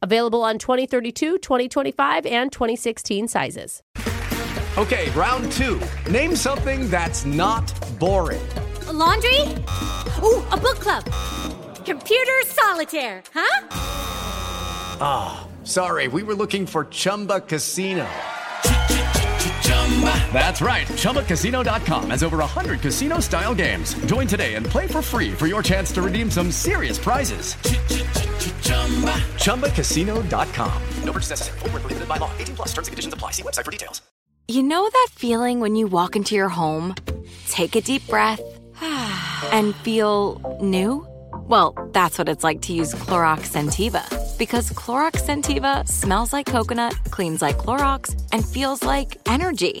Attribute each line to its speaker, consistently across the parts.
Speaker 1: Available on 2032, 2025, and 2016 sizes.
Speaker 2: Okay, round two. Name something that's not boring.
Speaker 3: A laundry? Ooh, a book club. Computer solitaire, huh?
Speaker 2: Ah, oh, sorry, we were looking for Chumba Casino. That's right. ChumbaCasino.com has over 100 casino style games. Join today and play for free for your chance to redeem some serious prizes. ChumbaCasino.com. No purchase necessary. Full prohibited by law. 18 plus terms and conditions apply. See website for details.
Speaker 4: You know that feeling when you walk into your home, take a deep breath, and feel new? Well, that's what it's like to use Clorox Sentiva because Clorox Sentiva smells like coconut, cleans like Clorox, and feels like energy.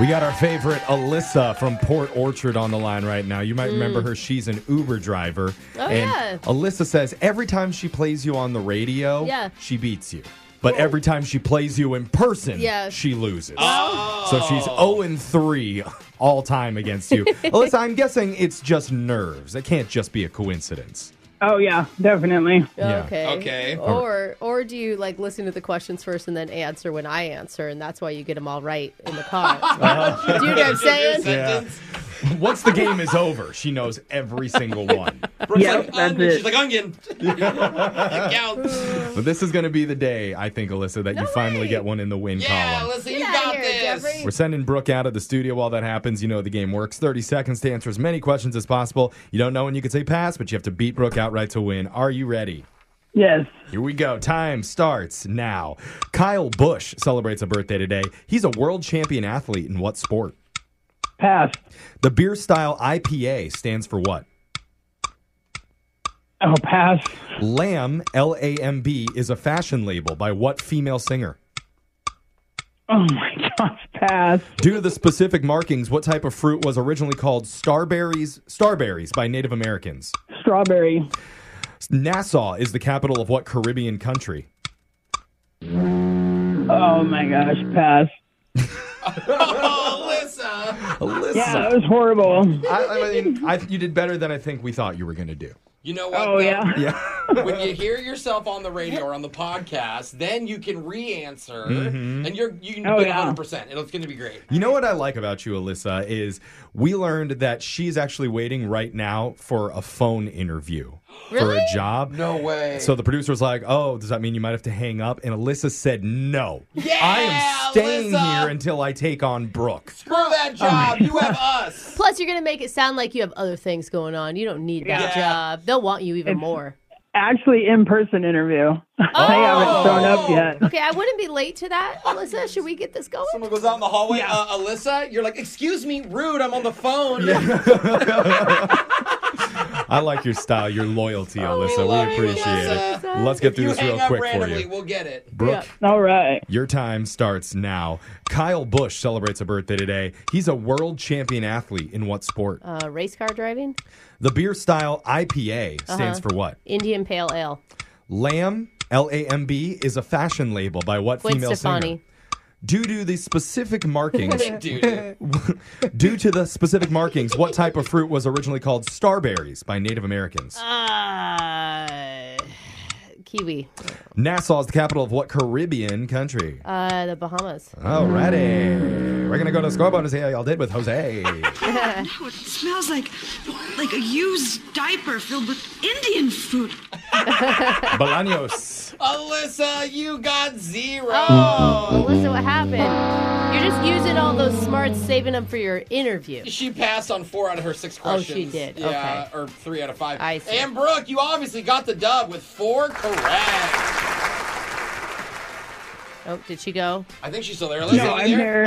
Speaker 5: We got our favorite Alyssa from Port Orchard on the line right now. You might remember
Speaker 1: Mm.
Speaker 5: her. She's an Uber driver.
Speaker 1: Oh,
Speaker 5: and
Speaker 1: yeah.
Speaker 5: Alyssa says every time she plays you on the radio,
Speaker 1: Yeah.
Speaker 5: she beats you. But every time she plays you in person,
Speaker 1: Yeah.
Speaker 5: she loses. So she's 0 and 3 all time against you. Alyssa, I'm guessing it's just nerves. It can't just be a coincidence.
Speaker 6: Oh yeah, definitely.
Speaker 5: Yeah.
Speaker 1: Okay.
Speaker 5: Okay.
Speaker 1: Or or do you like listen to the questions first and then answer when I answer, and that's why you get them all right in the car?
Speaker 5: Uh-huh.
Speaker 1: do you know what I'm saying?
Speaker 5: Yeah. Once the game is over, she knows every single one.
Speaker 7: On- She's like onion. It counts.
Speaker 5: But this is going to be the day, I think, Alyssa, that you finally get one in the win
Speaker 7: Yeah,
Speaker 5: column.
Speaker 7: listen, you got this.
Speaker 5: We're sending Brooke out of the studio while that happens. You know the game works. 30 seconds to answer as many questions as possible. You don't know when you can say pass, but you have to beat Brooke outright to win. Are you ready?
Speaker 6: Yes.
Speaker 5: Here we go. Time starts now. Kyle Bush celebrates a birthday today. He's a world champion athlete in what sport?
Speaker 6: Pass.
Speaker 5: The beer style IPA stands for what?
Speaker 6: Oh, pass.
Speaker 5: Lamb, L A M B, is a fashion label by what female singer?
Speaker 6: Oh my gosh, pass.
Speaker 5: Due to the specific markings, what type of fruit was originally called starberries? Starberries by Native Americans.
Speaker 6: Strawberry.
Speaker 5: Nassau is the capital of what Caribbean country?
Speaker 6: Oh my gosh, pass.
Speaker 5: Alyssa.
Speaker 6: Yeah, that was horrible.
Speaker 5: I, I mean, I, you did better than I think we thought you were going to do.
Speaker 7: You know what?
Speaker 6: Oh
Speaker 7: though?
Speaker 6: yeah.
Speaker 5: Yeah.
Speaker 7: when you hear yourself on the radio or on the podcast, then you can re-answer,
Speaker 5: Mm-hmm.
Speaker 7: and you're you can
Speaker 6: Oh,
Speaker 7: get
Speaker 6: yeah.
Speaker 7: 100. percent It's going to be great.
Speaker 5: You know what I like about you, Alyssa, is we learned that she's actually waiting right now for a phone interview for
Speaker 1: Really?
Speaker 5: a job.
Speaker 7: No way.
Speaker 5: So the producer was like, "Oh, does that mean you might have to hang up?" And Alyssa said, "No, I am staying
Speaker 7: Alyssa!
Speaker 5: here until I take on Brooke."
Speaker 7: Screw
Speaker 6: Oh,
Speaker 7: that job. you have us.
Speaker 1: Plus, you're gonna make it sound like you have other things going on. You don't need that
Speaker 7: Yeah.
Speaker 1: job. They'll want you even more.
Speaker 6: Actually, in-person interview. I
Speaker 5: Oh.
Speaker 6: haven't shown up yet.
Speaker 1: Okay, I wouldn't be late to that, Alyssa. Should we get this going?
Speaker 7: Someone goes out in the hallway. Uh, Alyssa, you're like, excuse me, rude. I'm on the phone.
Speaker 5: I like your style, your loyalty, Alyssa. We,
Speaker 7: Oh, love you,
Speaker 5: appreciate it.
Speaker 7: Alyssa.
Speaker 5: Let's get
Speaker 7: If
Speaker 5: through
Speaker 7: you
Speaker 5: this
Speaker 7: hang
Speaker 5: real
Speaker 7: up
Speaker 5: quick for
Speaker 7: randomly,
Speaker 5: you.
Speaker 7: We'll get it.
Speaker 5: Brooke,
Speaker 6: All right.
Speaker 5: your time starts now. Kyle Bush celebrates a birthday today. He's a world champion athlete in what sport?
Speaker 1: Uh, race car driving,
Speaker 5: The beer style IPA
Speaker 1: Uh-huh.
Speaker 5: stands for what?
Speaker 1: Indian Pale Ale,
Speaker 5: Lamb, L A M B, is a fashion label by what
Speaker 1: Gwen
Speaker 5: female singer?
Speaker 1: Stefani.
Speaker 5: Due to the specific markings,
Speaker 7: Dude,
Speaker 5: due to the specific markings, what type of fruit was originally called starberries by Native Americans?
Speaker 1: Uh, Kiwi.
Speaker 5: Nassau is the capital of what Caribbean country?
Speaker 1: Uh, the Bahamas.
Speaker 5: Alrighty. We're going to go to scoreboard and see how y'all did with Jose.
Speaker 8: Now Oh, it smells like like a used diaper filled with Indian food.
Speaker 5: Bolaños.
Speaker 7: Alyssa, you got zero.
Speaker 5: Mm,
Speaker 1: Well, Oh, listen, what happened? You're just using all those smarts, saving them for your interview.
Speaker 7: She passed on four out of her six
Speaker 1: Oh,
Speaker 7: questions.
Speaker 1: she did.
Speaker 7: Yeah, or three out of five.
Speaker 1: I see.
Speaker 7: And Brooke, you obviously got the dub with four correct.
Speaker 1: Oh, did she go?
Speaker 7: I think she's still there. Alyssa,
Speaker 6: No,
Speaker 7: you
Speaker 6: I'm here.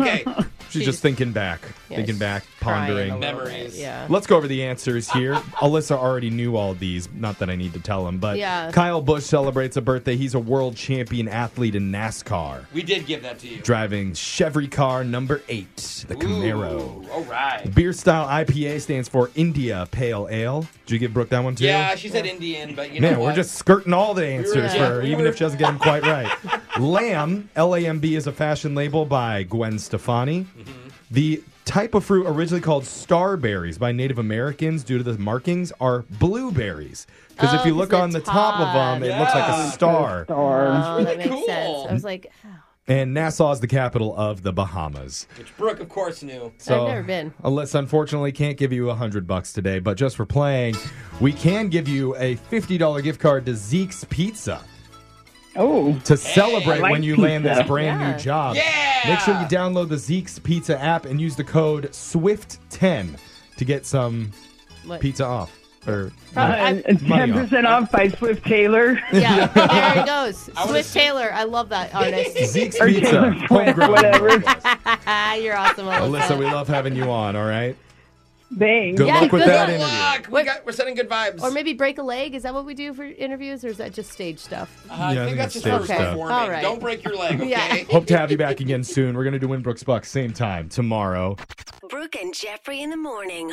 Speaker 7: Okay, good. Okay.
Speaker 5: She's just thinking back, thinking
Speaker 1: she's
Speaker 5: back,
Speaker 1: Crying a little
Speaker 5: pondering.
Speaker 1: bit,
Speaker 7: Memories.
Speaker 1: Yeah.
Speaker 5: Let's go over the answers here. Alyssa already knew all these. Not that I need to tell him, but
Speaker 1: Yeah.
Speaker 5: Kyle Bush celebrates a birthday. He's a world champion athlete in NASCAR,
Speaker 7: We did give that to you.
Speaker 5: driving Chevy car number eight, the Camaro.
Speaker 7: Ooh, all right.
Speaker 5: Beer style IPA stands for India Pale Ale. Did you give Brooke that one too?
Speaker 7: Yeah, she said Indian, but you know
Speaker 5: Man, we're
Speaker 7: what?
Speaker 5: just skirting all the answers
Speaker 7: yeah,
Speaker 5: for her,
Speaker 7: we
Speaker 5: even
Speaker 7: were-
Speaker 5: if she doesn't get them quite right. Lamb, L A M B, is a fashion label by Gwen Stefani.
Speaker 7: Mm-hmm.
Speaker 5: The type of fruit originally called starberries by Native Americans due to the markings are blueberries. Because
Speaker 7: Oh,
Speaker 5: if you look
Speaker 1: the
Speaker 5: on the top, of them, it looks like
Speaker 7: Yeah.
Speaker 5: a star.
Speaker 6: Star.
Speaker 1: Oh, that makes
Speaker 7: cool.
Speaker 1: sense. I was like, oh,
Speaker 5: And Nassau is the capital of the Bahamas.
Speaker 7: Which Brooke, of course, knew.
Speaker 5: So,
Speaker 1: never been.
Speaker 5: Alyssa, unfortunately, can't give you a hundred bucks today, but just for playing, we can give you a fifty dollar gift card to Zeke's Pizza.
Speaker 6: Oh,
Speaker 5: to celebrate
Speaker 6: I like
Speaker 5: when you land this
Speaker 6: pizza.
Speaker 5: brand
Speaker 1: Yeah.
Speaker 5: new job.
Speaker 7: Yeah.
Speaker 5: Make sure you download the Zeke's Pizza app and use the code SWIFT10 to get some
Speaker 1: what?
Speaker 5: pizza off. Or
Speaker 1: I-
Speaker 5: Money
Speaker 6: Uh, ten
Speaker 5: off.
Speaker 6: percent off by Swift Taylor.
Speaker 1: Yeah, there it goes.
Speaker 7: would
Speaker 1: Swiss
Speaker 7: assume-
Speaker 1: Taylor. I love that artist.
Speaker 5: Zeke's
Speaker 6: Or
Speaker 5: Pizza,
Speaker 6: Taylor Swift,
Speaker 5: homegrown.
Speaker 6: whatever.
Speaker 1: ah, you're awesome, Alyssa.
Speaker 5: Alyssa, we love having you on. All right.
Speaker 6: Thanks.
Speaker 5: Good
Speaker 1: Yeah,
Speaker 5: luck with
Speaker 1: good
Speaker 5: that
Speaker 1: luck.
Speaker 5: interview.
Speaker 7: Look, we got, we're sending good vibes.
Speaker 1: or maybe break a leg. Is that what we do for interviews, or is that just stage stuff?
Speaker 7: Uh, I
Speaker 5: Yeah, I
Speaker 7: think
Speaker 5: think
Speaker 7: that's
Speaker 5: it's
Speaker 7: just for
Speaker 5: safe
Speaker 1: stuff.
Speaker 7: performing.
Speaker 1: All right.
Speaker 7: Don't break your leg,
Speaker 1: Yeah.
Speaker 7: okay?
Speaker 5: Hope to have you back again soon. We're gonna do Winbrook's Bucks same time tomorrow.
Speaker 9: Brooke and Jeffrey in the morning.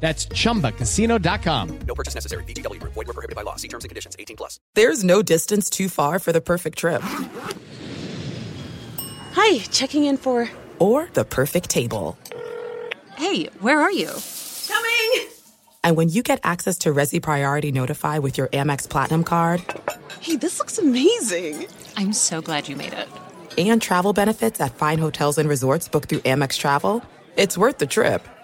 Speaker 10: That's chumbacasino.com.
Speaker 11: There's no distance too far for the perfect trip
Speaker 8: Hi, checking in for
Speaker 11: or the perfect table.
Speaker 4: Hey, where are you?
Speaker 8: coming.
Speaker 11: And when you get access to Resi Priority Notify with your Amex Platinum card
Speaker 8: Hey, this looks amazing.
Speaker 4: I'm so glad you made it.
Speaker 11: and travel benefits at fine hotels and resorts booked through Amex Travel, it's worth the trip.